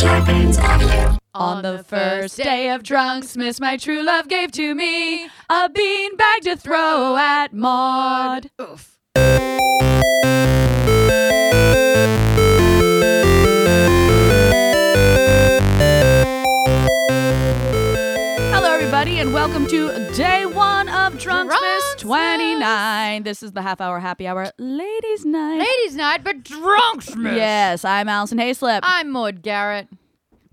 Scorpions Avenue. On the first day of drunk Smiths, my true love gave to me a beanbag to throw at Maud. Oof. Hello, everybody, and welcome to day one of Drunk Drunk Smiths Smiths. 29. This is the half hour happy hour ladies' night. Ladies' night, but drunk Smith. Yes, I'm Allison Hayslip. I'm Maud Garrett.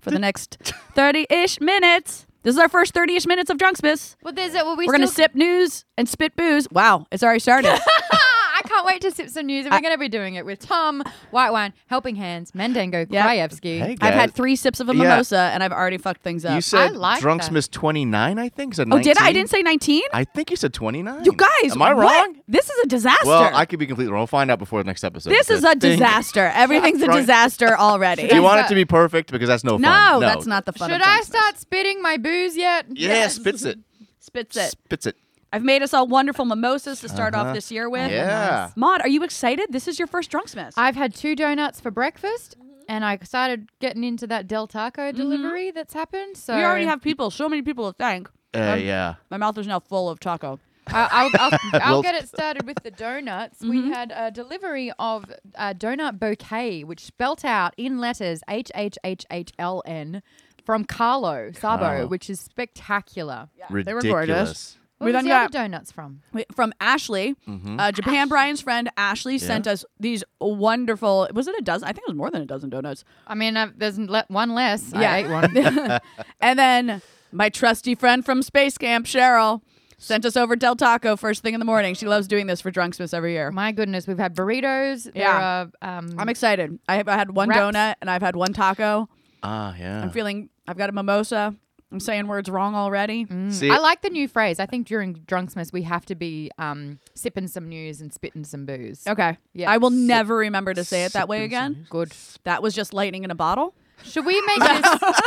For the next 30 ish minutes, this is our first 30 ish minutes of Drunk Smiths. Well, there's it. Well, we We're going to still- sip news and spit booze. Wow, it's already started. Ah, I can't wait to sip some news. And we're going to be doing it with Tom, White Wine, Helping Hands, Mendango, Yep. Krajewski. Hey, guys. I've had three sips of a Yeah. mimosa and I've already fucked things up. You said like Drunks that. Miss 29, I think. Said oh, did I? I 19? didn't say 19? I think you said 29. You guys, Am I wrong? what? This is a disaster. Well, I could be completely wrong. We'll find out before the next episode. this but is a I think- disaster. Everything's a Right. disaster already. Do you want That's it to be perfect? Because that's no, no, fun. that's not the fun. Should of I Drunk Smiths. start spitting my booze yet? Yeah, spits it. Spits it. Spits it. I've made us all wonderful mimosas to start off this year with. Uh-huh. Yeah. Nice. Maud, are you excited? This is your first drunksmith. I've had two donuts for breakfast, Mm-hmm. and I started getting into that Del Taco delivery that's happened. So We already have people, so many people to thank. Uh, yeah. My mouth is now full of taco. I- Uh, I'll, I'll, I'll Well- get it started with the donuts. We had a delivery of a donut bouquet, which spelt out in letters H H H H L N from Carlo Sabo, Carlo. which is spectacular. they were Ridiculous. gorgeous. Where We was done the other got- donuts from? Wait, From Ashley, uh, Japan Brian's friend Ashley sent us these wonderful. Was it a dozen? I think it was more than a dozen donuts. I mean, uh, there's le- one less. Yeah. Yeah. I ate one. And then my trusty friend from Space Camp, Cheryl, sent us over Del Taco first thing in the morning. She loves doing this for Drunksmiths every year. My goodness, we've had burritos. There Yeah. Are, um, I'm excited. I have I had one Wraps. donut and I've had one taco. Ah, yeah. I'm feeling I've got a mimosa. I'm saying words wrong already. See, I like the new phrase. I think during Drunksmith, we have to be um, sipping some news and spitting some booze. Okay. Yeah. I will never remember to say it that way again. Good. That was just lightning in a bottle. Should we make this?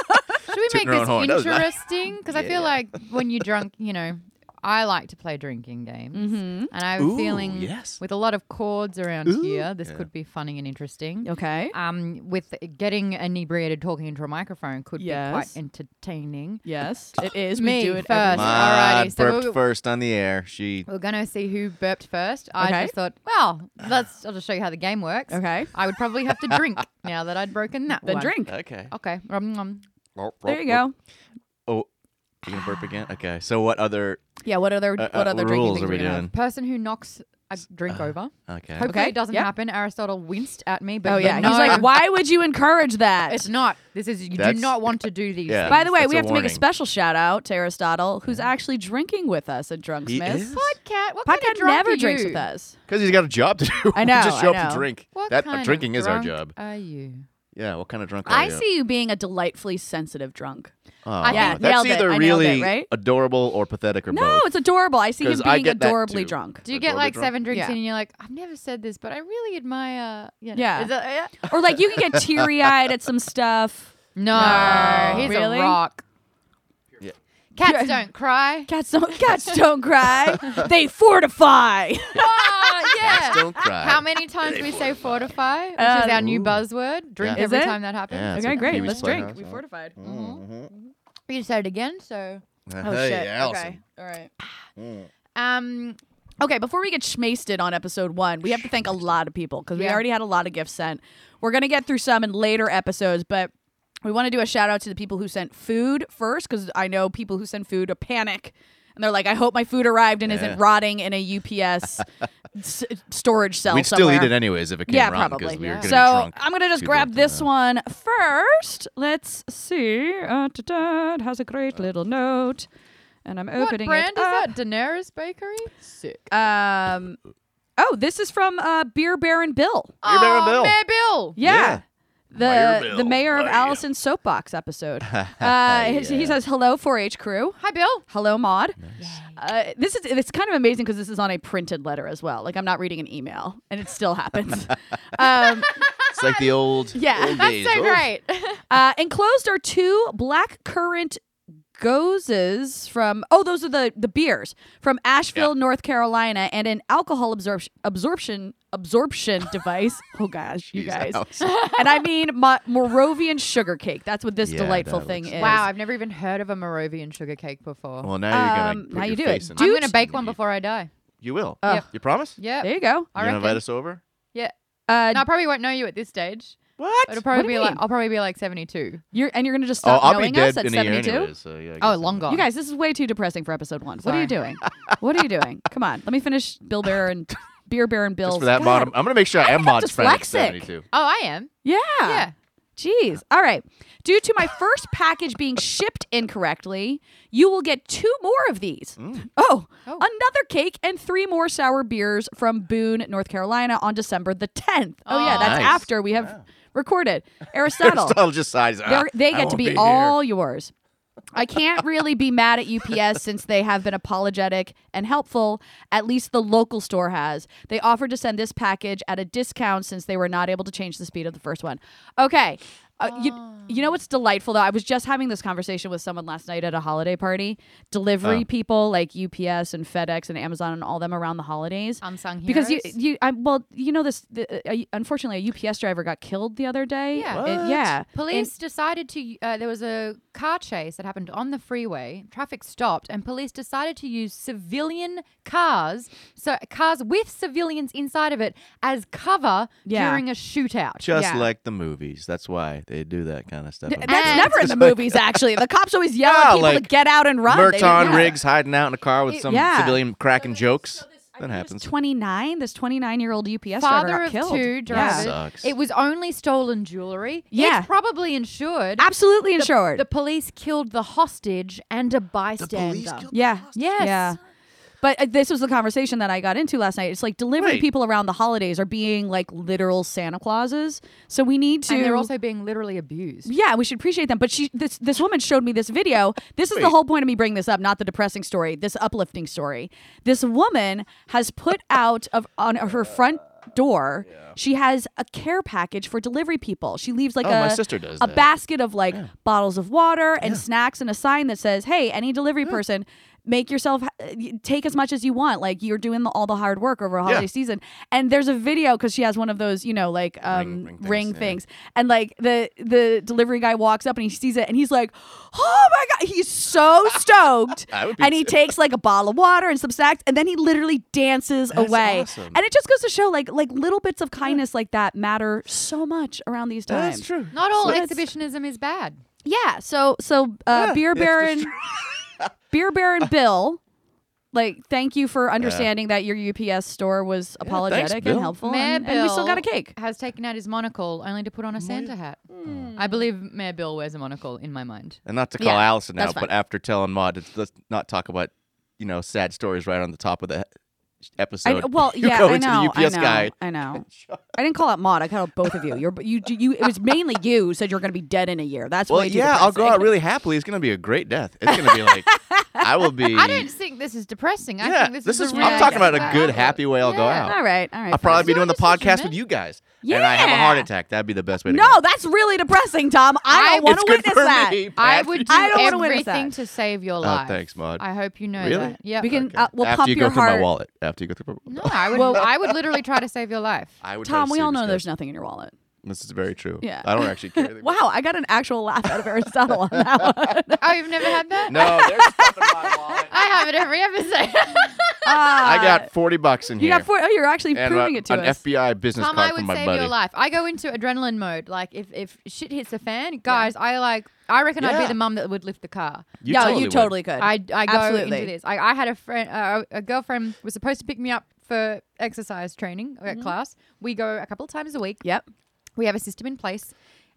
should we make her own this horn. That was nice. interesting? Because I feel like when you're drunk, you know, I like to play drinking games, Mm-hmm. and I'm Ooh, feeling yes. with a lot of chords around here. This could be funny and interesting. Okay. Um, with getting inebriated talking into a microphone could be quite Yes. entertaining. Yes, it is. Me we do it first. every- Alrighty, Maude so burped we'll- first on the air. She. We're gonna see who burped first. Okay. I just thought, well, let's. I'll just show you how the game works. Okay. I would probably have to drink now that I'd broken that Then one. drink. Okay. Okay. Um, um, There you go. Oh, you gonna burp again? Okay. So what other? Yeah. What other Uh, what uh, other drinking rules things are we gonna have? doing? person who knocks a Uh, drink over. Okay. Hopefully Okay, it doesn't yeah. happen. Aristotle winced at me, but Oh but yeah. no, He's like, why would you encourage that? It's not. This is you do That's- not want to do these. Yeah. By the way, That's we a have to make a warning. special shout out to Aristotle, who's actually drinking with us at He Drunksmiths. is? Podcat, what kind Podcat of drunk never are drinks you? with us. Because he's got a job to do. I We know, Just I show up know. to drink. What that uh, kind of drinking is our drunk job. Are you? Oh, Yeah. What kind of drunk are I you? see you being a delightfully sensitive drunk. Oh, I Yeah, think- that's nailed it. either I nailed it, really right? adorable or pathetic or No, both. it's adorable. I see him 'Cause I being get that adorably too. drunk. Do you get Adorably like drunk. seven drinks Yeah. in and you're like, I've never said this, but I really admire. You know, Yeah. Is that, yeah. Or like you can get teary eyed at some stuff. No, he's Really? a rock. Yeah. Cats don't cry. Cats don't cats don't cry. They fortify. oh, yeah. Don't cry. How many times we say fortify, which Uh, is our new Ooh. buzzword. Drink Yeah. every Is it? time that happens. Yeah. That's okay, what great. Pee-wee's Let's drink. Playhouse We was. fortified. You said it again, so Oh Hey, shit. Allison. Okay. All right. um, Okay, before we get schmasted on episode one, we have to thank a lot of people because we Yeah. already had a lot of gifts sent. We're gonna get through some in later episodes, but we want to do a shout out to the people who sent food first because I know people who send food are panic and they're like, "I hope my food arrived and Yeah. isn't rotting in a UPS s- storage cell." We'd still somewhere. eat it anyways if it came yeah, wrong probably. we were getting So drunk. I'm gonna just too grab drunk to this know. one first. Let's see. Uh, da-da, it has a great little note, and I'm what opening brand it is up. that? Daenerys Bakery. Sick. Um, oh, this is from uh, Beer Baron Bill. Beer Baron Bill. Mayor Oh, Bill. Yeah. Mayor The Bill. Oh, the mayor of Mayor. Allison's soapbox episode. Uh, he- He says hello 4-H crew. Hi, Bill. Hello, Maud. Uh, this is it's kind of amazing because this is on a printed letter as well. Like I'm not reading an email, and it still happens. um, It's like the old. Yeah. old That's days. so Oh, great. uh, enclosed are two black currant Gozes from oh those are the the beers from Asheville, North Carolina, and an alcohol absorption absorption absorption device. Oh gosh, you Jeez, guys! Alex. and I mean Mo- Moravian sugar cake. That's what this Yeah, delightful that thing looks is. Wow, I've never even heard of a Moravian sugar cake before. Well, now you're gonna Um, put now your you do it. face in Do I'm you- gonna bake one You- before I die. You will. Oh. You promise? Yeah, There you go. I you gonna reckon. invite us over? Yeah, Uh, no, I probably won't know you at this stage. It'll What? What do probably be you like mean? I'll probably be like seventy-two. you're and you're gonna just Oh, stop I'll be knowing us at dead in a year seventy two. anyway. So yeah. Oh, I guess long I'm- gone. You guys, this is way too depressing for episode one. What are you Sorry. doing? what are you doing? Come on, let me finish Bill Bear and Beer Bear and Bill's. Just for that God. mod, I'm- I'm gonna make sure I am think I'm mod's friend at dyslexic. 72. Oh, I am. Yeah. Yeah. Jeez. All right. Due to my first package being shipped incorrectly, you will get two more of these. Oh, Oh. another cake and three more sour beers from Boone, North Carolina on December the 10th. Oh, yeah. Aw. That's Nice. after we have recorded. Aristotle. Aristotle just sighs. "Ah, They're- they I get won't to be, here." all yours. I can't really be mad at UPS since they have been apologetic and helpful. At least the local store has. They offered to send this package at a discount since they were not able to change the speed of the first one. Okay. Uh, you, you know what's delightful though? I was just having this conversation with someone last night at a holiday party. Delivery Oh. people like UPS and FedEx and Amazon and all them around the holidays Unsung heroes. because you you I, well you know this the, uh, unfortunately a UPS driver got killed the other day Yeah. It- What? yeah Police decided to. Uh, there was a car chase that happened on the freeway. Traffic stopped, and police decided to use civilian cars, so cars with civilians inside of it, as cover Yeah. during a shootout. Just Yeah. like the movies. That's why they do that kind of stuff. Th- That's And- never in the movies, actually. The cops always yell at Yeah, people to Ah, like get out and run. They Murton don't- Riggs hiding out in a car with some yeah. civilian cracking jokes. He that was happens. 29. This 29 year old UPS driver Father got of killed. two Yeah. drivers. Sucks. It was only stolen jewelry. Yeah. it's probably insured. Absolutely insured. The police killed the hostage and a bystander. yeah. Yes. Yeah. But uh, this was the conversation that I got into last night. It's like delivery Wait. people around the holidays are being like literal Santa Clauses. So we need to. And they're also being literally abused. yeah, we should appreciate them. But she, this this woman showed me this video. This is the Wait. whole point of me bringing this up, not the depressing story. This uplifting story. This woman has put out of on her front door. She has a care package for delivery people. She leaves like Oh, a my sister does a that. basket of like bottles of water and snacks and a sign that says, "Hey, any delivery person." Make yourself uh, y- take as much as you want. Like you're doing the, all the hard work over a holiday season. And there's a video because she has one of those, you know, like um, ring ring, things, yeah. things and like the the delivery guy walks up and he sees it and he's like oh my god he's so stoked I would be and he too. takes like a bottle of water and some snacks and then he literally dances That's away awesome. and it just goes to show like like little bits of kindness like that matter so much around these times That's true. Not all So it's- exhibitionism is bad. yeah so so uh, Yeah, beer it's just baron true. beer baron bill like thank you for understanding that your ups store was apologetic Bill. and helpful Mayor and, and we still Bill got a cake Has taken out his monocle only to put on a Santa hat. Oh. I believe Mayor Bill wears a monocle in my mind. And not to call Yeah, Allison that's out, fine. but after telling Maud, it's- let's not talk about you know sad stories right on the top of the he- I, episode. kn- well, You yeah, go I into know, the UPS I know, guy. I know. I didn't call out Maud. I called out both of you. You're, you, you. It was mainly you said you're going to be dead in a year. That's Well, way too yeah, I'll go depressing. out really happily. It's gonna be a great death. It's gonna be like I will be. I don't think this is depressing. I yeah, think this, is. is. a I'm really talking about a bad good, outlook. happy way I'll go Yeah. out. All right, all right. I'll probably be It's doing not the a decision, podcast man. with you guys. And I have a Yeah. heart attack. That'd be the best way to No, go. that's really depressing, Tom. I, I- don't want It's to good witness for that. me. I would do I don't wanna witness everything that. to save your Oh, life. thanks, Maud. I hope you know Really? that. Yeah. We can. Uh, we'll after pump you go your through heart. my wallet. After you go through my no, wallet. I would. I would literally try to save your life. I would try to Tom, we save all this know guy. there's nothing in your wallet. This is very true. Yeah. I don't actually care. anything about Wow, I got an actual laugh out of Aristotle on that one. Oh, you've never had that? No, there's stuff in my wallet. I have it every episode. I got 40 bucks in You here. got four. Oh, you're actually and proving a- it to an us. FBI business Tom, card I would from my save buddy. your life. I go into adrenaline mode. Like if if shit hits the fan, guys, I like. I reckon I'd be Yeah. the mum that would lift the car. You no, totally you would. totally could. I I go Absolutely. into this. I, I had a friend, uh, a girlfriend was supposed to pick me up for exercise training Mm-hmm. at class. We go a couple of times a week. Yep. We have a system in place.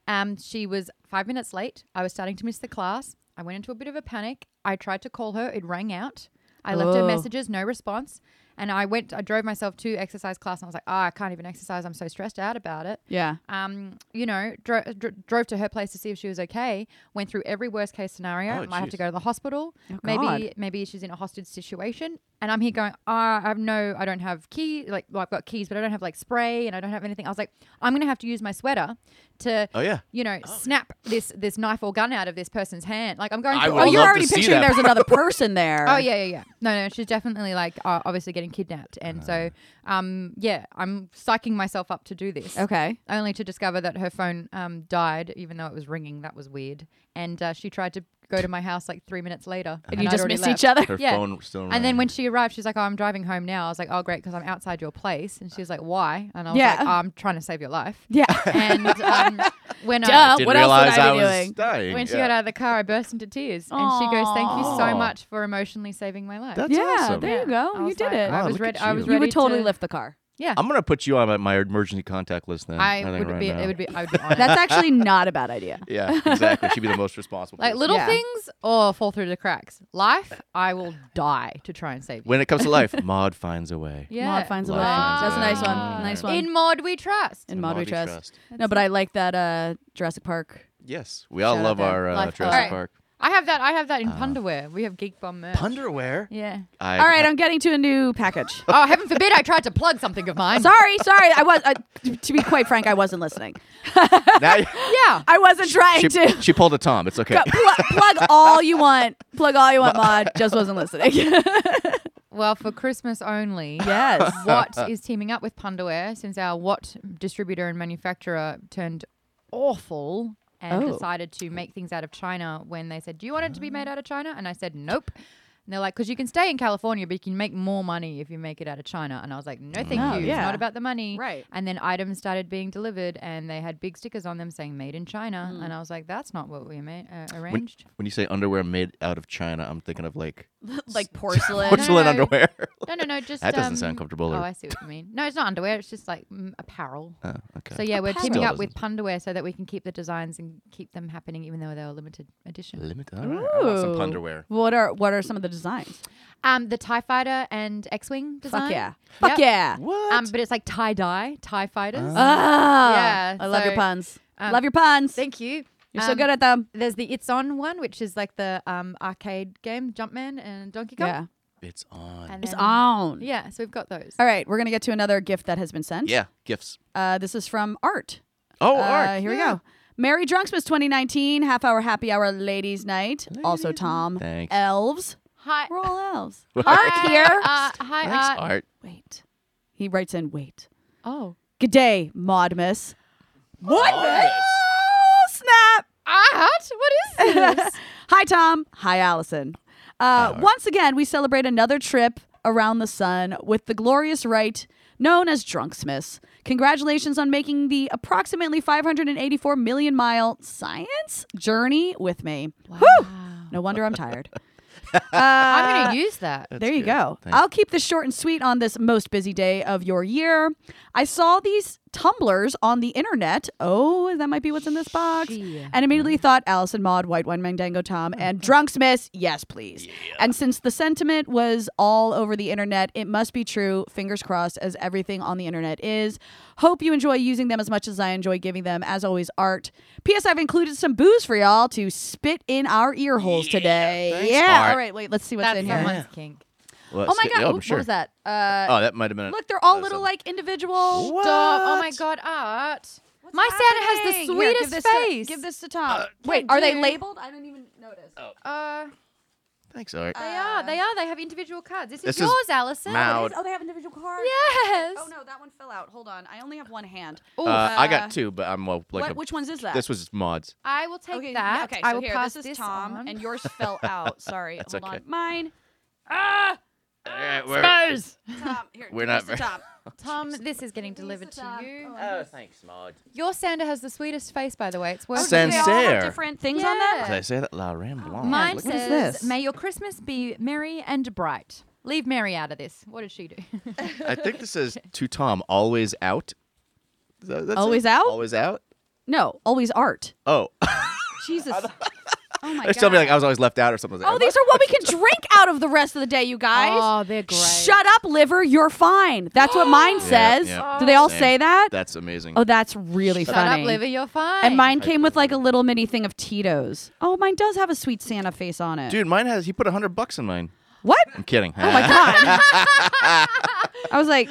Um, she was five minutes late. I was starting to miss the class. I went into a bit of a panic. I tried to call her. It rang out. I left her Oh. messages, no response. And I went, I drove myself to exercise class, and I was like, oh, I can't even exercise. I'm so stressed out about it. Yeah. Um, you know, dro- dr- drove to her place to see if she was okay. Went through every worst case scenario. Oh, Might have to jeez. go to the hospital. Oh, God. maybe maybe she's in a hostage situation. And I'm here going, ah, I have no, I don't have key. Like, well, I've got keys, but I don't have like spray, and I don't have anything. I was like, I'm gonna have to use my sweater to Oh yeah. you know, snap this this knife or gun out of this person's hand. Like I'm going. I through- would oh, oh, you're love to already see picturing that there's another person there. oh yeah, yeah, yeah. No, no, she's definitely like uh, obviously getting kidnapped, and so um, yeah, I'm psyching myself up to do this. Okay. Only to discover that her phone um, died, even though it was ringing. That was weird. And uh, she tried to go to my house like three minutes Uh-huh. later, And you I'd just already miss left. each other. Her Yeah. phone still. And then when she arrived, she's like, "Oh, I'm driving home now." I was like, "Oh, great, because I'm outside your place." And she's like, "Why?" And I was Yeah. like, oh, "I'm trying to save your life." Yeah. And um, when Duh. I what else didn't would realize I I, be was doing? dying. when she yeah. got out of the car, I burst into tears, and she goes, "Thank you so Aw. much for emotionally saving my life." That's yeah. awesome. There you I go. You was did like- I it. Wow, was look ready. at I was you. ready. you would totally to, lift the car. Yeah, I'm gonna put you on my, my emergency contact list then. I think would right be. now. It would be. I would be on it. That's actually not a bad idea. Yeah, exactly. She'd be the most responsible. like person. little Yeah. things or fall through the cracks. Life, I will die to try and save you. When it comes to life, Maud finds a way. yeah, Maud finds a Maud way. finds a That's a way. nice one. Ah. Nice one. in Maud we trust. in Maud Modern we Trust. trust. No, but I like that uh, Jurassic Park. Yes, we all Shout out love there. our uh, Life Jurassic Alright. Park. I have that. I have that in Punderwear. We have Geek Bomb merch. Underwear. yeah. I, All right, I'm getting to a new package. Oh, heaven forbid I tried to plug something of mine. sorry, sorry. I was, uh, to be quite frank, I wasn't listening. now you- Yeah. I wasn't trying to. she, she pulled a Tom. It's okay. Go- pl- plug all you want. Plug all you want, Mod. Just wasn't listening. Well, for Christmas only. yes. what is teaming up with Punderwear since our what distributor and manufacturer turned awful and Oh. decided to make things out of China when they said, Do you want it to be made out of China? And I said, Nope. And they're like, Because you can stay in California, but you can make more money if you make it out of China. And I was like, No, thank No, you. It's yeah. not about the money. Right. And then items started being delivered and they had big stickers on them saying made in China. And I was like, That's not what we ma- uh, When, arranged. when you say underwear made out of China, I'm thinking of like like porcelain. porcelain no. underwear. No, no, no. Just That doesn't um, sound comfortable Oh, or- I see what you mean. No, it's not underwear. It's just like mm, apparel. oh, okay. So yeah, we're Apparel. teaming Still up with Punderwear so that we can keep the designs and keep them happening, even though they were limited edition. Limit. All right. I want some Ooh. underwear. What are what are some of the designs? Um, the Tie Fighter and X-wing design. Fuck yeah. Yep. Fuck yeah. What? Um, but it's like tie dye Tie Fighters. Ah, Yeah, I love your so, puns. um, love your puns. Thank you. You're so Um, good at them. There's the It's On one, which is like the um, arcade game Jumpman and Donkey Kong. Yeah. it's on. And It's then- on. Yeah, so we've got those. All right, we're gonna get to another gift that has been sent. yeah, gifts. Uh, this is from Art. Oh, uh, art. Here yeah. we go. Merry Drunksmas 2019, half hour happy hour ladies' night. also, Tom. Thanks. Elves. Hi. We're all elves. Hi, Art here. Uh, hi, Thanks, Art. art. Wait. He writes in, wait. Oh. Good day, Modmus. What? Oh, snap. Art? What is this? Hi, Tom. Hi, Allison. Uh, once again, we celebrate another trip around the sun with the glorious rite known as Drunksmiths. Congratulations on making the approximately 584 million mile science journey with me. Whew! Wow. No wonder I'm tired. Uh, I'm going to use that. there you good. go. Thank I'll keep this short and sweet on this most busy day of your year. I saw these tumblers on the internet. Oh, that might be what's in this box. Gee. And immediately thought Allison Maud, White Wine Mandango Tom, and Drunks Miss, yes, please. And since the sentiment was all over the internet, it must be true, fingers crossed, as everything on the internet is. Hope you enjoy using them as much as I enjoy giving them, as always, art. P.S. I've included some booze for y'all to spit in our ear holes today. thanks, yeah. art. All right, wait, let's see what's That's in here. someone's kink. Well, Oh it's my good- god, yeah, I'm Oop, sure. what was that? Uh, Oh, that might have been. look, they're all that was little something. like individual. Stop. Oh my god, Art. My Santa has the Here, give sweetest this to- face. give this to Uh, Tom. Wait, Wait, are they dude. labeled? I didn't even notice. Oh. Uh, Thanks, art. Uh, they are. They are. They have individual cards. This, This is is yours, Allison. Mao. Oh, they have individual cards. Yes. Oh no, that one fell out. Hold on, I only have one hand. Ooh, Uh, I uh, got two, but I'm well, like Oh, what, a- which ones is that? this was mods. I will take okay, yeah, that. okay. So I will here, pass this is Tom, on. and yours fell out. Sorry, That's hold okay. on. Mine, All right, we're, Tom. Here, We're give this to not very- Tom. Tom, this is getting delivered to Tom. you. Oh, thanks, Maud. Your Santa has the sweetest face, by the way. It's worth. Sen- They all have Sincere. different things on them. Yeah. Did I say that? La Ram Blanc. Mine Look at says, this. "May your Christmas be merry and bright." Leave Mary out of this. What did she do? I think this says to Tom, always out. Is that- that's Always it? out? Always out. No, always art. Oh, Jesus. Oh my They tell Oh. me God. like I was always left out or something. Oh, these are what we can drink out of the rest of the day, you guys. Oh, they're great. Shut up, liver. You're fine. That's what mine Yeah, says. yeah. Do they all Same. say that? That's amazing. Oh, that's really Shut funny. up, liver. You're fine. And mine came with like a little mini thing of Tito's. Oh, mine does have a sweet Santa face on it. Dude, mine has. He put a hundred bucks in mine. What? I'm kidding. Oh my god! I was like,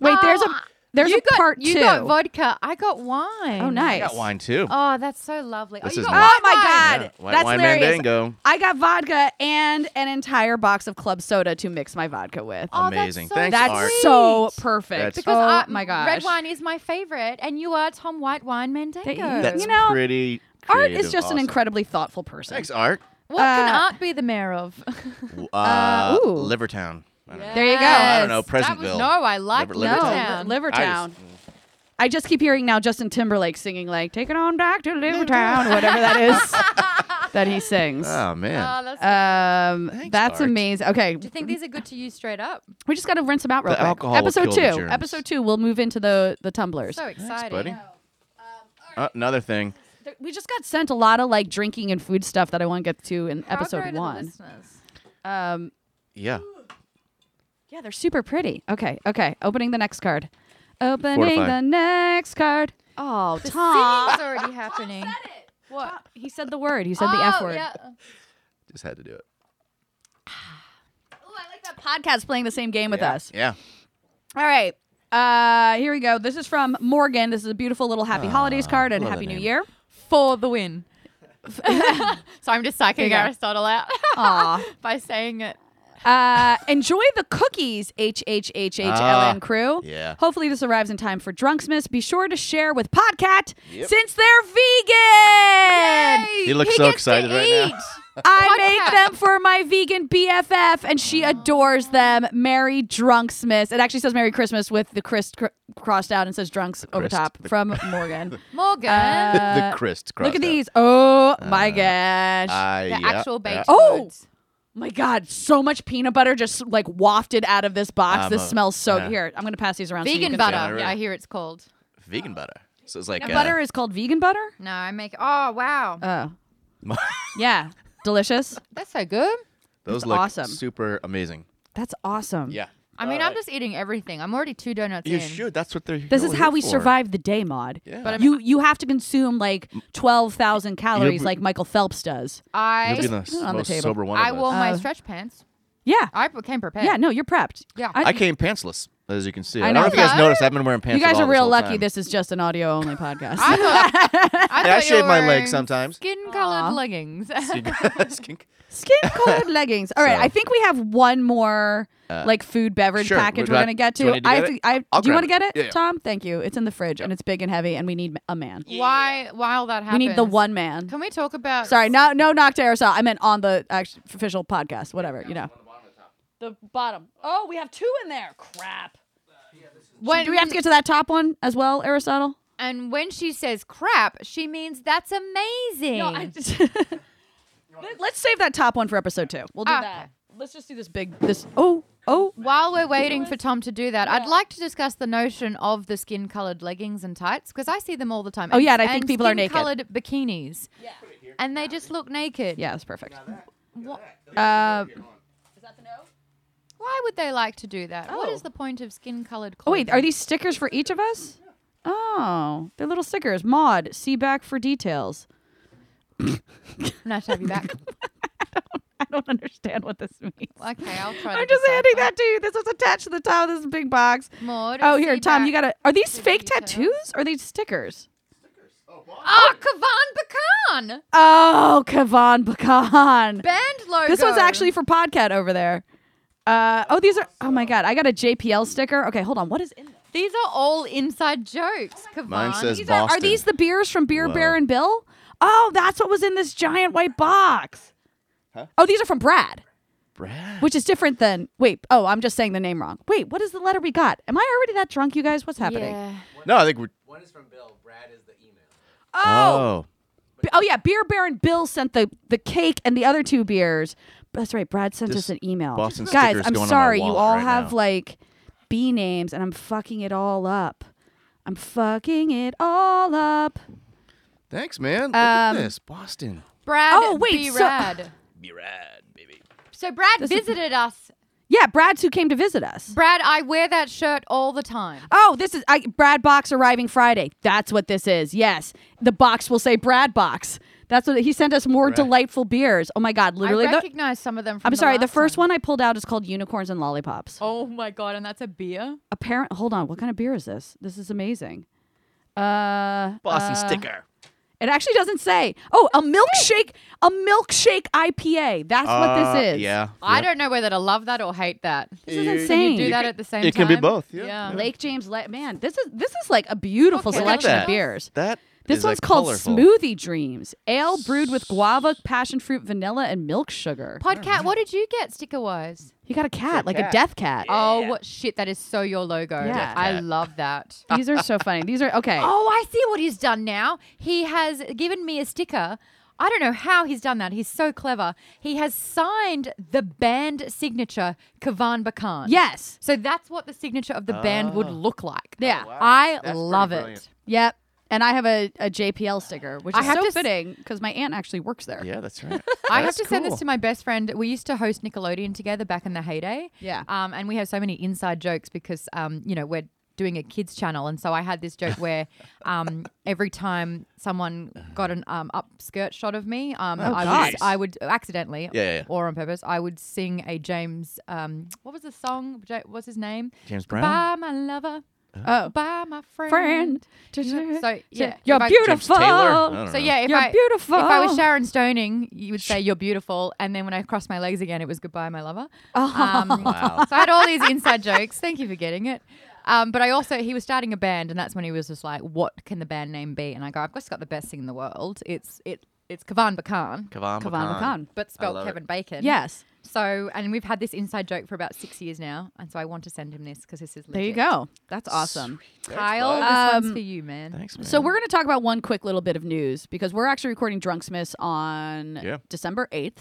wait, there's a there's you a got, part You two. got vodka. I got wine. oh, nice. I got wine too. Oh, that's so lovely. This oh, you is got nice. Oh my wine. god, Yeah, white that's wine hilarious. Mandango. I got vodka and an entire box of club soda to mix my vodka with. Oh, that's Amazing. so Thanks, that's Art. sweet. so perfect. That's- Because oh I, my gosh, red wine is my favorite, and you are Tom White Wine Mandango. you- That's you know, pretty. Art creative. is just Awesome. an incredibly thoughtful person. Thanks, Art. what can uh, Art be the mayor of? W- Uh, ooh. Livertown. I don't know. There you go. I Yes. don't know, That was- Pleasantville. No, I like Liber- No, Livertown. Livertown. I just- I just keep hearing now Justin Timberlake singing like "Take it on back to Livertown," whatever that is that he sings. Oh man. Oh, that's- Um, Thanks, that's Art. amazing. Okay, do you think these are good to use straight up? we just got to rinse them out real The quick. alcohol will episode kill the two. germs. Episode two. We'll move into the the tumblers. So exciting. buddy. Uh, another thing. Th- we just got sent a lot of like drinking and food stuff that I want to get to in episode one. Um, Yeah. yeah, they're super pretty. Okay, okay. Opening the next card. Opening Fortify. the next card. Oh, The Tom. singing's already happening. What? He said the word. He said the F Oh, word. yeah. Just had to do it. Ooh, Oh, I like that podcast playing the same game with yeah. us. Yeah. All right. Uh, here we go. This is from Morgan. This is a beautiful little Happy Holidays card and Ah, love Happy that New name. Year. For the win. so I'm just psyching Yeah. Aristotle out Aw. by saying it. Uh, enjoy the cookies, HHHHLN Ah, crew. yeah. Hopefully this arrives in time for Drunksmith. Be sure to share with Podcat Yep. since they're vegan. He looks so excited right now. I make Podcat. them for my vegan BFF, and she Ah. adores them. Merry Drunksmith. It actually says Merry Christmas with the Chris cr- crossed out and says Drunks over Christ. top from Morgan. Morgan. Uh, the Christ. Look crossed out. Uh, at these. Oh my gosh. I- the yeah, actual baked yeah. Oh! goods. My God, so much peanut butter just like wafted out of this box. I'm this a- smells so. yeah. Here, I'm gonna pass these around. so you Vegan can- butter. Yeah, right. I hear it's called. vegan butter. So it's like Peanut uh, butter is called vegan butter. No, I make. Oh wow, Oh, yeah, delicious. that's so good. Those That's look awesome. super amazing. That's awesome. Yeah. I mean, I'm All right. just eating everything. I'm already two donuts Uh, You in. should. That's what they're. This all is how here we for. survive the day, mod. Yeah. But I'm- You you have to consume like twelve thousand calories, but- like Michael Phelps does. You'll I be the s- it on the most table. sober one. I of us. wore my Uh, stretch pants. Yeah, I p- came prepared. yeah. No, you're prepped. Yeah. I came pantsless, as you can see. I I, know. don't know if you guys Yeah. noticed. I've been wearing pants. you guys at all are real this whole lucky. time. This is just an audio only podcast. I thought, I, thought Yeah, I you shave were my wearing legs sometimes. Skin-colored Aw. leggings. Skink. Skin colored leggings. All right, So- Uh, I think we have one more like food beverage sure, package would we're I- gonna get to. do I need to I get have it? to. I, I'll do you grab want to it. get it, Yeah, yeah. Tom? Thank you. It's in the fridge and it's big and heavy, and we need a man. Why? While that We happens, need the one man. Can we talk about? Sorry, no, no, knock to aerosol. I meant on the act- official podcast, whatever you know. The bottom. Oh, we have two in there. Crap. When, Do we have to get to that top one as well, Aristotle? And when she says "crap," she means that's amazing. No, I just- Let- Ah, Let's save that top one for episode two. We'll do Okay. that. Let's just do this big. This. Oh, oh. While we're waiting for Tom to do that, I'd like to discuss the notion of the skin colored leggings and tights because I see them all the time. Oh, yeah, and I think people are naked. colored bikinis. Yeah. And they just look naked. Yeah, it's perfect. Wha- Uh, why would they like to do that? What Oh. is the point of skin colored Oh wait, are these stickers for each of us? Oh, they're little stickers. Maud, see back for details. Nice to have you back. I don't understand what this means. okay, I'll try to I'm just handing decipher. that to you. This was attached to the top of this big box. Maud, Oh, here, see Tom, back you gotta. Are these for fake details. tattoos or are these stickers? Oh, Kavan Bakan! Oh, Kavan Bakan. Band logo. This one's actually for Podcat over there. Uh, oh, these are. Oh my God, I got a JPL sticker. Okay, hold on. What is in there? These are all inside jokes, Kavan. Mine says These are, are Boston. these the beers from Beer Whoa. Bear and Bill? Oh, that's what was in this giant white box. Huh? Oh, these are from Brad, Brad. which is different than. Wait, oh, I'm just saying the name wrong. Wait, what is the letter we got? Am I already that drunk, you guys? What's happening? Yeah. No, I think we're. One is from Bill. Brad is the email. Oh, b- oh yeah, Beer Bear and Bill sent the the cake and the other two beers. That's right, Brad sent us This an email. Boston guys, sticker's I'm going on my sorry, you wallet all right have now. like B names, and I'm fucking it all up. I'm fucking it all up. Thanks, man. Look at Um, this, Boston. Brad. Oh, wait, B. so- Rad. Be rad, baby. So Brad This is- visited us. Yeah, Brad's who came to visit us. Brad, I wear that shirt all the time. Oh, this is I, Brad Box arriving Friday. That's what this is. Yes, the box will say Brad Box. That's what he sent us more delightful beers. Oh my God, literally. I the- recognize some of them. From I'm the sorry. The last first time. one I pulled out is called Unicorns and Lollipops. Oh my god, and that's a beer. Apparent. Hold on. What kind of beer is this? This is amazing. Uh, Boston uh, sticker. It actually doesn't say. Oh, a milkshake. A milkshake IPA. That's what Uh, this is. Yeah. I yeah. don't know whether to love that or hate that. This is You- insane. Do that at the same time. it can be both, yeah. Yeah. Lake James. Le- man, this is this is like a beautiful Okay. Look at selection that. of beers. That This is, one's like, called colorful. Smoothie Dreams. Ale brewed with guava, passion fruit, vanilla, and milk sugar. Podcat, what did you get sticker wise? You got a cat, like a cat. death cat. Oh what shit, that is so your logo. Yeah. I love that. Uh, These are so funny. These are okay. Oh, I see what he's done now. He has given me a sticker. I don't know how he's done that. He's so clever. He has signed the band signature Kavan Bakan. Yes. So that's what the signature of the band Oh. would look like. Yeah. wow. I That's pretty love it. brilliant. Yep. And I have a, a JPL sticker, which I is have so to s- fitting because my aunt actually works there. Yeah, that's right. I have That's to send cool. this to my best friend. We used to host Nickelodeon together back in the heyday. Yeah. Um, and we have so many inside jokes because, um, you know, we're doing a kids channel, and so I had this joke where, um, every time someone got an um, upskirt shot of me, um, I God. would I would accidentally, Oh, Yeah, yeah, yeah. or on purpose, I would sing a James. Um, what was the song? Ja- What's his name? James Brown. By my lover, Oh. by my friend. Friend. So yeah, You're if I- James beautiful. Taylor. Oh, I don't So know. yeah, if You're I beautiful. if I was Sharon Stoning, you would say you're beautiful, and then when I crossed my legs again, it was goodbye, my lover. Oh. Um, Wow. So I had all these inside jokes. Thank you for getting it. Um, but I also he was starting a band, and that's when he was just like, "What can the band name be?" And I go, "I've just got the best thing in the world. It's it it's Kavan Bakan, Kavan Kavan Khan. but I spelled love Kevin Bacon." Yes. So and we've had this inside joke for about six years now, and so I want to send him this because this is legit. There you go. That's awesome. Kyle. bud. this Um, one's for you, man. Thanks, man. So we're going to talk about one quick little bit of news because we're actually recording Drunksmiths on Yeah. December 8th.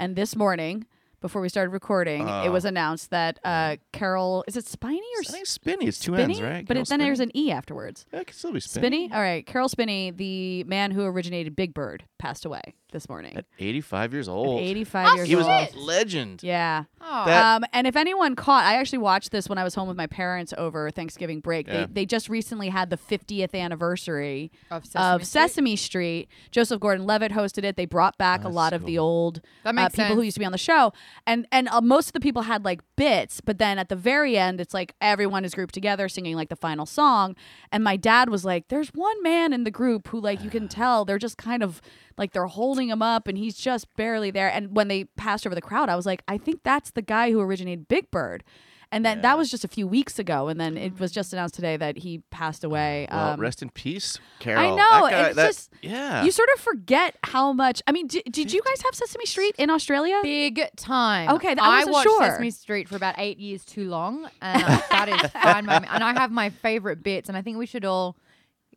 And this morning, before we started recording, it was announced that uh, Carol, is it Spiny or I think Spinny. It's two Spinny? ends, right? But Carol it, then there's Spinney? an E afterwards. Yeah, it could still be Spinny. Spinny? All right. Carol Spinny, the man who originated Big Bird, passed away this morning. At 85 years old. Ah, 85 years He was old. a legend. Yeah. Oh, That- Um, and if anyone caught, I actually watched this when I was home with my parents over Thanksgiving break. Yeah. They, they just recently had the 50th anniversary Of Sesame Street? Sesame Street. Joseph Gordon-Levitt hosted it. They brought back a that's lot of the old uh, That makes people who sense. used to be on the show, and and uh, most of the people had like bits, but then at the very end, it's like everyone is grouped together singing like the final song. And my dad was like, "There's one man in the group who like you can tell they're just kind of like they're holding him up, and he's just barely there." And when they passed over the crowd, I was like, "I think that's the guy who originated Big Bird." And then that was just a few weeks ago, and then it was just announced today that he passed away. Mm-hmm. Well, um, rest in peace, Carol. I That know. and guy- it's that- just yeah. you sort of forget how much. I mean, d- did you guys have Sesame Street in Australia? Big time. Okay, th- I I wasn't watched sure. Sesame Street for about eight years too long, and uh, that is fine by me. And I have my favorite bits, and I think we should all,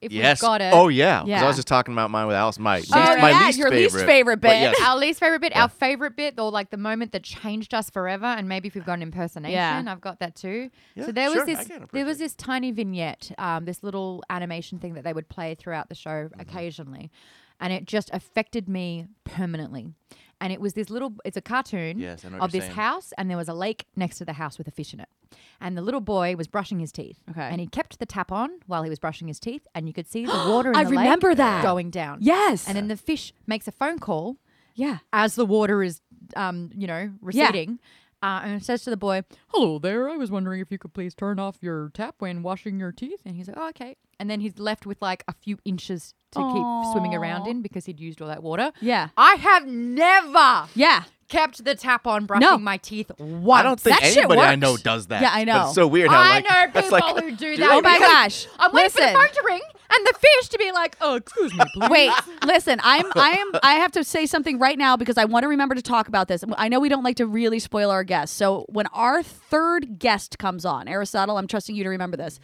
if yes. we've got it, Oh yeah. 'cause Yeah. I was just talking about mine with Alice. My least, yeah, my yeah, least your favorite. least favorite But bit. yes. our least favorite bit, our favorite bit, or like the moment that changed us forever, and maybe if we've got an impersonation, Yeah. I've got that too. Yeah, so there was sure, I this, can there was appreciate. this tiny vignette, um, this little animation thing that they would play throughout the show Mm-hmm. occasionally, and it just affected me permanently. And it was this little, it's a cartoon Yes, I know what of you're this saying. house, and there was a lake next to the house with a fish in it. And the little boy was brushing his teeth. Okay. And he kept the tap on while he was brushing his teeth, and you could see the water in I the remember lake that. going down. Yes. And then the fish makes a phone call yeah. as the water is, um, you know, receding. Uh, and it says to the boy, "Hello there. I was wondering if you could please turn off your tap when washing your teeth." And he's like, "Oh, okay." And then he's left with like a few inches to keep swimming around in because he'd used all that water. Yeah. I have never Yeah. kept the tap on brushing No. my teeth once. I don't think That shit anybody I works. know does that. Yeah, I But know. it's so weird how I like, know that's people like, who do dude, that. Oh my because gosh. I'm waiting Listen. for the phone to ring and the fish to be like, "Oh, excuse me, please." Wait, listen. I'm I am I have to say something right now because I want to remember to talk about this. I know we don't like to really spoil our guests. So when our third guest comes on, Aristotle, I'm trusting you to remember this.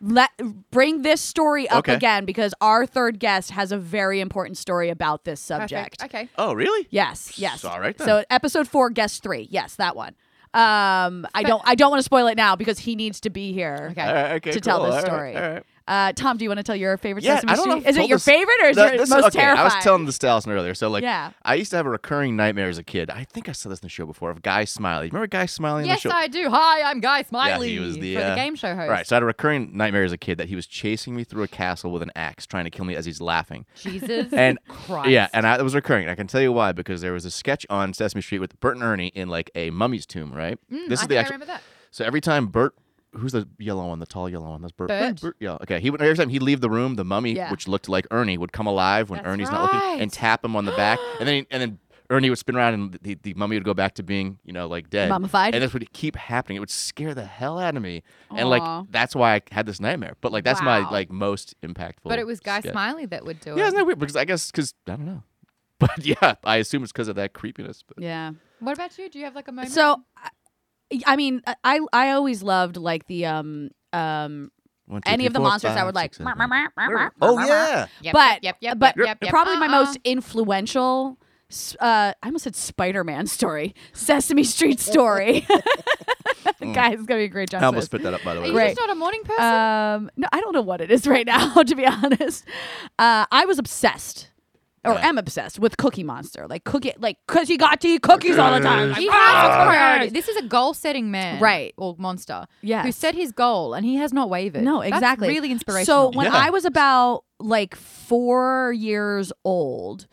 Let bring this story up Okay. again because our third guest has a very important story about this subject. Perfect. Okay. Oh really? Yes, yes. all right then. So episode four, guest three. Yes, that one. Um, I don't I don't want to spoil it now because he needs to be here Okay. All right, okay, to tell cool. this All story. right, all right. Uh, Tom, do you want to tell your favorite Yeah, Sesame I don't know Street? if Is it told your this- favorite or is Th- it this- most okay, terrifying? I was telling the Styles earlier. So like, Yeah. I used to have a recurring nightmare as a kid. I think I saw this in the show before of Guy Smiley. Remember Guy Smiley in the Yes, show? I do. Hi, I'm Guy Smiley. Yeah, he was the, for uh, the game show host. Right. So I had a recurring nightmare as a kid that he was chasing me through a castle with an axe, trying to kill me as he's laughing. Jesus And Oh, Christ. yeah, and I, it was recurring. I can tell you why because there was a sketch on Sesame Street with Bert and Ernie in like a mummy's tomb. Right. Mm, I this is think the I actual. remember that. So every time Bert, who's the yellow one, the tall yellow one, that's Bert. Bert. yeah. Okay. He would every time he'd leave the room, the mummy, Yeah. which looked like Ernie, would come alive when That's Ernie's not looking right. and tap him on the back, and then and then. Ernie would spin around and the, the mummy would go back to being, you know, like dead. Mummified? And this would keep happening. It would scare the hell out of me. And like Aw. that's why I had this nightmare. But like that's my Wow. like most impactful. But it was Guy sketch. Smiley that would do Yeah, it. isn't that weird? Because I guess because I don't know. But yeah, I assume it's because of that creepiness. But yeah. What about you? Do you have like a moment? So, I- I mean, uh, I I always loved like the um um One, two, any three, of the four, monsters five, I would like. six, seven, eight. Oh yeah. Yep, but yep, yep, but yep, yep, yep. probably my Uh-uh. most influential. s- Uh, I almost said Spider-Man story, Sesame Street story. Guys, it's gonna be a great job. I almost spit that up by the Are way. you Right. just not a morning person? Um, no, I don't know what it is right now, to be honest. Uh, I was obsessed, or Yeah. am obsessed with Cookie Monster, like cookie, like because you got to eat cookies all the time. Like, He ah! has his priorities. This is a goal setting man. Right. Or monster. Yes. Who set his goal and he has not wavered. No, That's exactly. really inspirational. So when Yeah. I was about like four years old,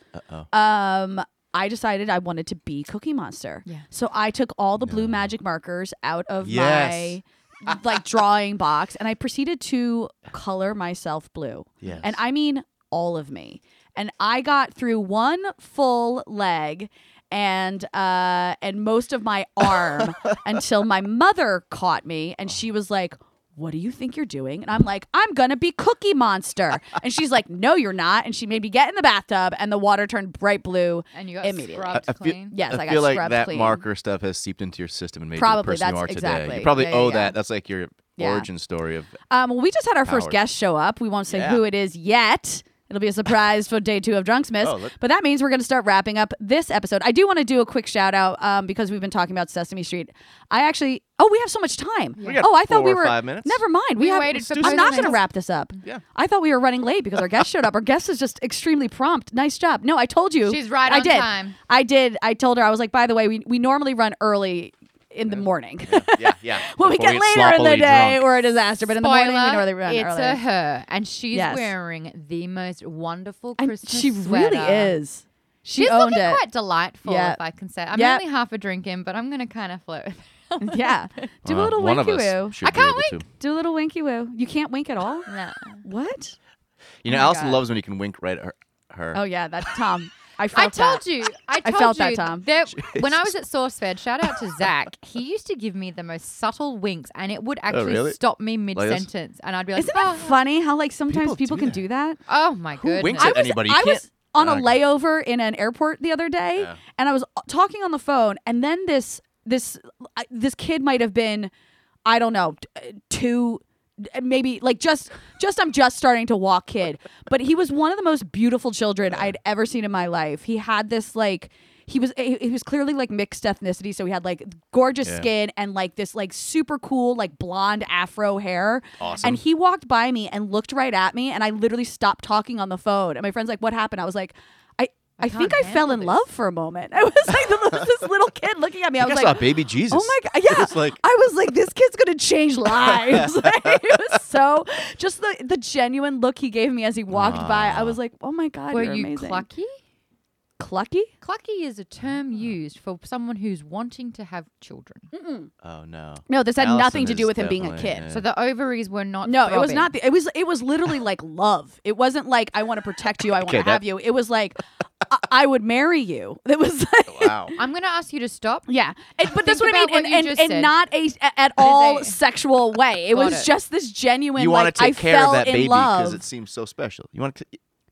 um, I decided I wanted to be Cookie Monster. Yeah. So I took all the blue magic markers out of Yes. my like drawing box and I proceeded to color myself blue. Yes. And I mean all of me. And I got through one full leg and uh and most of my arm until my mother caught me and she was like what do you think you're doing? And I'm like, I'm gonna be Cookie Monster. And she's like, No, you're not. And she made me get in the bathtub, and the water turned bright blue. and you got Immediately. scrubbed I- I feel- clean. Yes, I, I got feel like scrubbed that clean. marker stuff has seeped into your system and made you Probably, the person you that's are today. exactly. You probably Yeah, yeah, owe yeah. that. That's like your Yeah. origin story of Um, well, we just had our first Howard. guest show up. We won't say Yeah. who it is yet. It'll be a surprise for day two of Drunksmith. Oh, let- but that means we're going to start wrapping up this episode. I do want to do a quick shout out um, because we've been talking about Sesame Street. I actually, oh, we have so much time. We got oh, I thought four we or were. five minutes. Never mind. We, We have- waited for I'm not postmates. going to wrap this up. Yeah. I thought we were running late because our guest showed up. Our guest is just extremely prompt. Nice job. No, I told you. She's right I on did. time. I did. I told her. I was like, by the way, we, we normally run early in the morning. yeah, yeah. when we Before get get later in the sloppily day, drunk. we're a disaster. But in the Spoiler, morning, we normally run it's early. a her, and she's Yes. wearing the most wonderful And Christmas she really sweater. is. She She's owned looking it. quite delightful, Yeah. if I can say. I'm Yeah. only half a drink in, but I'm gonna kind of flirt. yeah. Do a little Well, Uh, Uh-huh. one winky of us woo. should I be can't able to. Do a little winky woo. You can't wink at all. no. what? You know, my Allison God. loves when you can wink right at her. her. Oh yeah, that's Tom. I I felt told that. you. I told felt you that, Tom. That when I was at SourceFed, shout out to Zach. he used to give me the most subtle winks, and it would actually Oh, really? stop me this? mid-sentence, and I'd be like, Isn't oh, it funny how like sometimes people, People do can that. do that? oh my goodness. winks I at was, anybody. You I was can't- on a Okay. layover in an airport the other day, Yeah. and I was talking on the phone, and then this this I- this kid might have been, I don't know, t- uh, two, uh, maybe like just just I'm just starting to walk, kid, but he was one of the most beautiful children I'd ever seen in my life. He had this like. He was he he was clearly like mixed ethnicity, so he had like gorgeous Yeah. skin and like this like super cool like blonde afro hair. Awesome. And he walked by me and looked right at me, and I literally stopped talking on the phone. And my friend's like, "What happened?" I was like, "I, I, think can't I fell handle in this." love for a moment." I was like, the, this little kid looking at me. I, I, think was I saw like, baby Jesus. "Oh my god, yeah!" It's like- I was like, "This kid's gonna change lives." Like, it was so just the the genuine look he gave me as he walked by. I was like, "Oh my god, Were you're you amazing." clucky? clucky? Clucky is a term used for someone who's wanting to have children. Oh no. No, this had Allison nothing to do is with him being a definitely- kid. yeah. So the ovaries were not. No, it was throbbing. not. The, it was. It was literally like love. It wasn't like I want to protect you. I want Okay, to that- have you. It was like I, I would marry you. It was. Like, Wow. I'm gonna ask you to stop. yeah, It- but that's Think what I about what mean, and, you and, just and said. not a at is all a- sexual way. It Got was it. just this genuine. You like, want to take I care fell of that in baby love, because it's seems so special. You want to,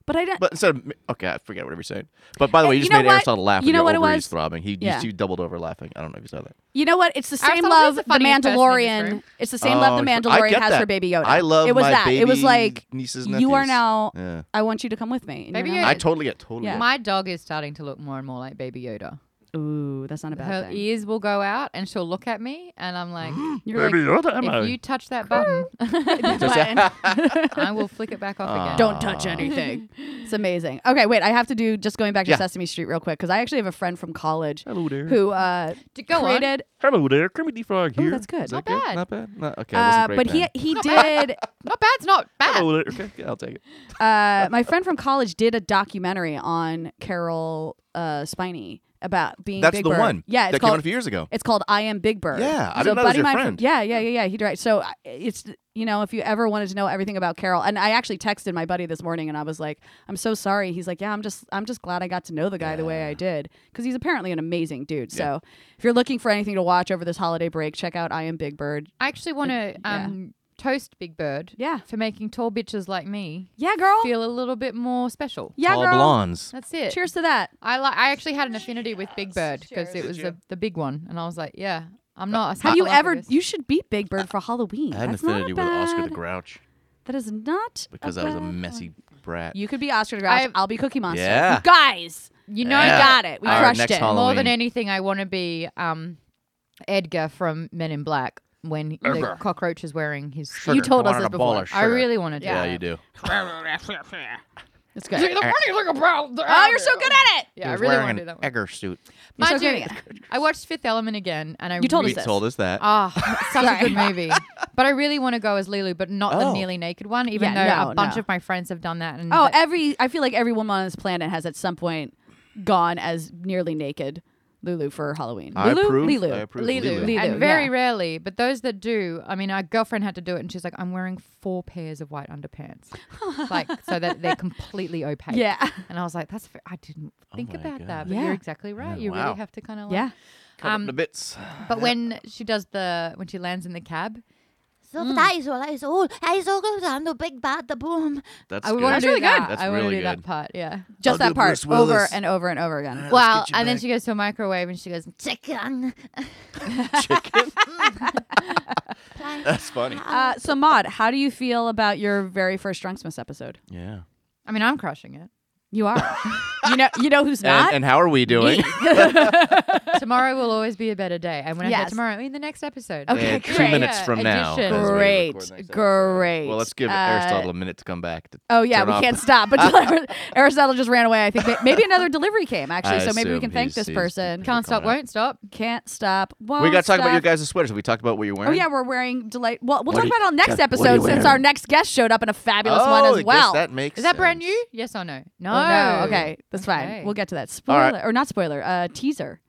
but I didn't. but instead of okay, I forget whatever you're saying. But by the way, you Eh, you just know made what? Aristotle laugh. You with know your what it ovaries was? Throbbing. He Yeah. you, you doubled over laughing. I don't know if you saw that. You know what? It's the same Aristotle is love the the funniest person in this Mandalorian. room. It's the same Oh, love the I Mandalorian get has that. for Baby Yoda. I love It was my that. it was baby like nieces and you are nephews. now. Yeah. I want you to come with me. and you're Baby now- Yoda. I totally get totally. Yeah. get it. My dog is starting to look more and more like Baby Yoda. Ooh, that's not a bad Her thing. ears will go out and she'll look at me and I'm like, You're like, what if you touch that button, I will flick it back off Ah. again. don't touch anything. it's amazing. Okay, wait, I have to do just going back to Yeah. Sesame Street real quick because I actually have a friend from college Hello there. who uh, D- go on. created. Hello there, Kermit the Frog Ooh, here. that's good. Is Not that good? bad. Not bad. Not, okay, it Uh, wasn't great but he then. he did. Not bad, it's not bad. Hello there. Okay, okay, I'll take it. Uh, my friend from college did a documentary on Carol uh, Spiney about being. That's Big the Bird. one. Yeah, it's that called came out a few years ago. It's called I Am Big Bird. Yeah, I so didn't know a it was buddy your of mine from- friend. yeah, yeah, yeah, yeah. He directs. So I- it's you know if you ever wanted to know everything about Carol, and I actually texted my buddy this morning, and I was like, I'm so sorry. He's like, Yeah, I'm just I'm just glad I got to know the guy the way I did because he's apparently an amazing dude. So if you're looking for anything to watch over this holiday break, check out I Am Big Bird. I actually want to yeah. um, toast Big Bird Yeah, for making tall bitches like me yeah, girl. feel a little bit more special. yeah, Tall girl. blondes. That's it. Cheers to that. I like. I actually had an affinity with Big Bird because it was the, the big one, and I was like, yeah, I'm not. a Have you ever? sarcophagus. You should beat Big Bird for Halloween. I had an That's not affinity with bad. Oscar the Grouch That is not because I was a bad messy brat. You could be Oscar the Grouch. I've- I'll be Cookie Monster. Yeah. You guys, you know, Yeah. we that got it. We All right, crushed next it. holiday. more than Halloween. anything, I want to be um, Edgar from Men in Black when the cockroach is wearing his. Sugar. You told I us wanted this a ball before. of I sugar. really want to do. yeah, that. you do. It's good. Oh, you're so good at it. Yeah, he I was really wearing want to do an that one. Egger suit. You're so Mind you, good at I watched Fifth Element again, and I You told We us this? told us that. Ah, it's such a good movie. But I really want to go as Lulu, but not the Oh. nearly naked one, even Yeah, though no, a bunch no. of my friends have done that. And Oh, that- every I feel like every woman on this planet has at some point gone as nearly naked Lulu for Halloween. I Lulu, approve. Lulu. I approve. Lulu. Lulu, And very yeah. rarely, but those that do, I mean, our girlfriend had to do it, and she's like, I'm wearing four pairs of white underpants. like, so that they're completely opaque. Yeah, And I was like, that's, fair. I didn't think Oh my about God. that, but Yeah. you're exactly right. Man, you wow. really have to kind of like. yeah. Cut um, up the bits. But when she does the, when she lands in the cab, So that is what I saw. I saw that I'm the big bad, the boom. That's I good. want to That's do really that. good. That's I want to really do that good. part. Yeah. Just that I'll do part Bruce over Willis. and over and over again. Well, and then she goes to a microwave and she goes, Chicken. Chicken. That's funny. Uh, so, Maud, how do you feel about your very first Drunksmith episode? Yeah. I mean, I'm crushing it. You are. you know, you know who's not. And, and how are we doing? tomorrow will always be a better day. And when I Yes. say tomorrow, I mean the next episode. Okay, Uh, two great. minutes from now. Edition. as we record Great, next episode. great. Well, let's give Uh, Aristotle a minute to come back. to Oh yeah, turn we off can't the- stop. But Aristotle just ran away. I think may- maybe another delivery came actually, I so maybe we assume can thank he's- this he's- person. Come Can't stop, out. won't stop. Can't stop. Won't We got to talk about stop. your guys' sweaters. We talked about what you're Oh wearing. yeah, we're wearing delight. Well, we'll What talk are you- about it on next God, what are you episode since our wearing? next guest showed up in a fabulous Oh, I one as guess well. that makes. Is that brand sense. new? Yes or no? No. Oh, no, okay, that's fine. Okay. We'll get to that All spoiler right. or not spoiler, uh, teaser.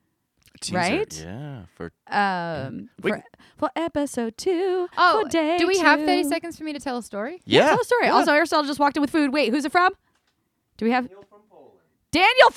Teaser, Right? Yeah. For Um, We- for, for episode two. Oh, for day do we have two. 30 seconds for me to tell a story? yeah. Tell a story. Also, Aristotle just walked in with food. Wait, who's it from? Do we have Daniel from Poland? Daniel That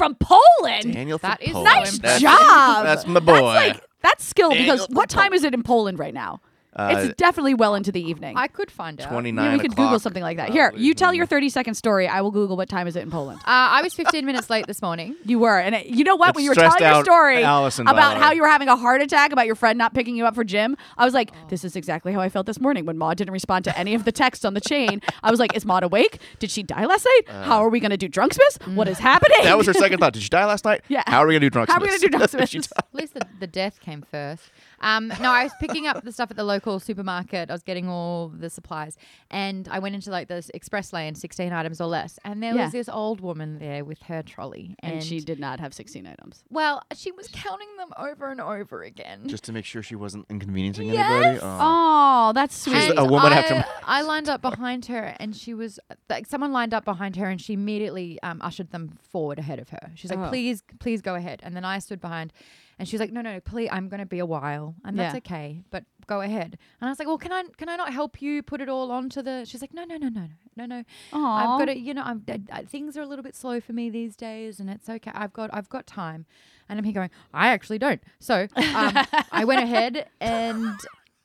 from is so Poland. Nice That's- job. That's my That's boy. like that's skill Daniel because what time is it in Poland right now? Uh, it's definitely well into the evening. I could find out. Uh, 29 yeah, we could Google o'clock, something like that. uh, Here, you ladies tell and your 30 second story. I will Google what time is it in Poland. Uh, I was 15 minutes late this morning. You were, and it, you know what? It when you were stressed telling your out story Allison, by the about how way. you were having a heart attack about your friend not picking you up for gym, I was like, "This is exactly how I felt this morning when Maud didn't respond to any of the texts on the chain." I was like, "Is Maud awake? Did she die last night? how are we going to do drunksmith? What is happening?" Uh, That was her second thought. Did she die last night? Yeah. How are we gonna do drunk? How are we going to do she drunksmith? died. At least the, the death came first. Um, no, I was picking up the stuff at the local supermarket. I was getting all the supplies, and I went into like this express lane, sixteen items or less. And there Yeah. was this old woman there with her trolley, and, and she did not have 16 items. well, she was counting them over and over again. Just to make sure she wasn't inconveniencing Yes. anybody. Oh. Oh, that's She's sweet. And a woman I, after my- I lined up behind her, and she was like, someone lined up behind her, and she immediately um, ushered them forward ahead of her. She's like, Oh. "Please, please go ahead." And then I stood behind, and she was like, "No, no, please, I'm going to be a while, and that's Yeah. okay, but go ahead." And I was like, "Well, can I can I not help you put it all onto the?" She's like, "No, no, no, no, no, no, no. Aw. I've got to, you know, I'm I, I- things are a little bit slow for me these days, and it's okay. I've got I've got time." And I'm here going, "I actually don't." So um, I went ahead and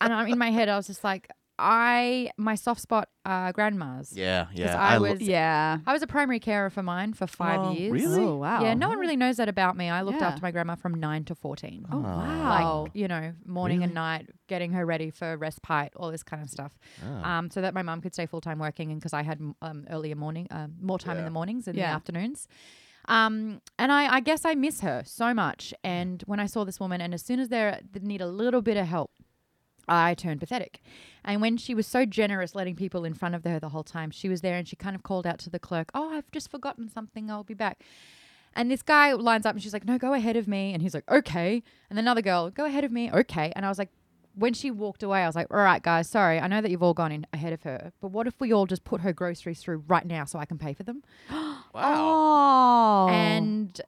and I'm in my head, I was just like, I my soft spot are grandmas. Yeah. Yeah. I lo- was- yeah. I was a primary carer for mine for five Oh, years. really? Oh wow. Yeah, no one really knows that about me. I looked Yeah. after my grandma from nine to fourteen. Oh wow. Like, you know, morning and night, getting her ready for respite, all this kind of stuff. oh, Um, so that my mum could stay full time working, and because I had um, earlier morning, um, more time in the mornings and Yeah. the afternoons. Um, and I, I guess I miss her so much. And when I saw this woman, and as soon as they're, they need a little bit of help, I turned pathetic. And when she was so generous letting people in front of her the whole time, she was there and she kind of called out to the clerk, Oh, I've just forgotten something. I'll be back. And this guy lines up and she's like, No, go ahead of me. And he's like, Okay. And another girl, Go ahead of me. Okay. And I was like, when she walked away, I was like, all right, guys, sorry. I know that you've all gone in ahead of her, but what if we all just put her groceries through right now so I can pay for them? Wow. Oh. And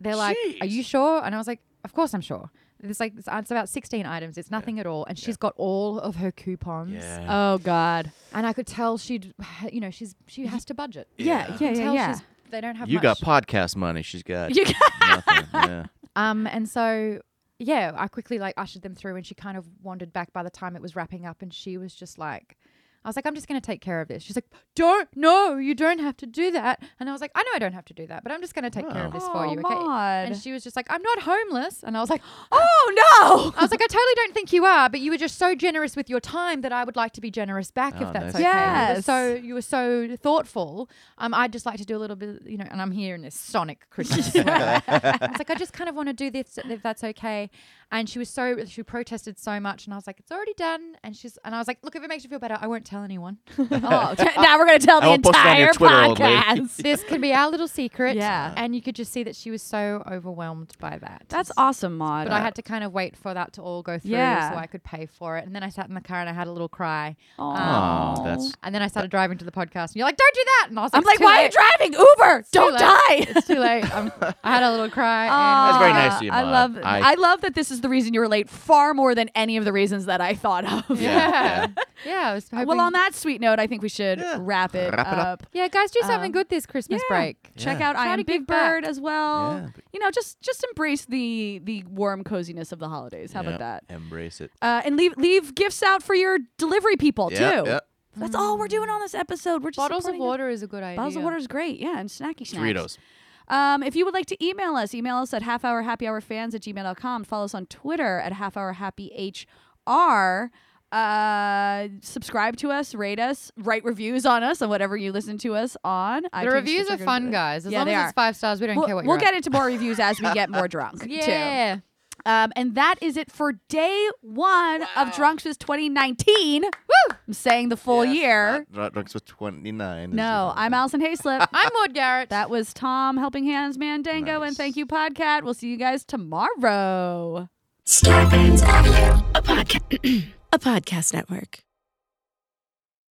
they're like, "Are you sure?" And I was like, "Of course I'm sure." It's like it's it's about sixteen items. It's nothing at all, and she's got all of her coupons. Yeah. oh God. And I could tell she'd, you know, she's she has to budget. Yeah. Yeah. You Yeah. tell Yeah. she's- They don't have you much. got podcast money. She's got You nothing. Yeah. Um, and so yeah, I quickly like ushered them through, and she kind of wandered back by the time it was wrapping up, and she was just like. I was like, I'm just going to take care of this. She's like, don't, no, you don't have to do that. And I was like, I know I don't have to do that, but I'm just going to take care of Wow. this for Oh, you. Okay. And Maude. she was just like, I'm not homeless. And I was like, Oh I was like, I totally don't think you are, but you were just so generous with your time that I would like to be generous back Oh, if that's nice. okay. You were Yes. so you were so thoughtful. Um, I'd just like to do a little bit, you know, and I'm here in this sonic Christmas. sweater. I was like, I just kind of want to do this if that's okay. And she was so she protested so much, and I was like, it's already done. And she's and I was like, look, if it makes you feel better, I won't tell anyone. no. oh, t- now we're gonna tell I the won't post it on entire your Twitter, old lady. podcast. this can be our little secret. Yeah. And you could just see that she was so overwhelmed by that. That's awesome, Maud. But I had to kind of wait for that to all go through Yeah. so I could pay for it. And then I sat in the car and I had a little cry. Um, Oh, that's And then I started driving to the podcast. And you're like, don't do that. And I was like, I'm like, "It's too why late. are you driving? Uber, It's too don't late. die. Uh, It's too late. I'm, I had a little cry. That's and very nice of you, I Maude. love. I, I- love that this is the reason you were late far more than any of the reasons that I thought of. Yeah. Yeah, Yeah. I was hoping, Uh, Well, on that sweet note, I think we should wrap it Wrap it up. Yeah, guys, do something Um, good this Christmas yeah. break. Check Yeah. out I Try am to Big give back. Bird as well. Yeah. You know, just just embrace the the warm coziness of the holidays. How yeah, about that? Embrace it. Uh, and leave leave gifts out for your delivery people Yeah, too. yeah. That's all we're doing on this episode. We're just Bottles of supporting the- water is a good idea. Bottles of water is great, yeah, and snacky snacks. Doritos. Um, if you would like to email us, email us at half hour happy hour fans at gmail.com. Follow us on Twitter at half hour happy HR. Uh, subscribe to us, rate us, write reviews on us on whatever you listen to us on. The reviews are fun, guys. As yeah, long they as are. it's five stars, we don't we'll care what we'll you're get into more reviews as we get more drunk, at. too. Yeah. Um, and that is it for day one of Drunks with 2019. Woo! I'm saying the full year. Not, not, was 29. No, I'm Allison Hayslip. I'm Maud Garrett. That was Tom Helping Hands Mandango and Nice. Thank You Podcat. We'll see you guys tomorrow. Starburns Audio, a podcast, a podcast network.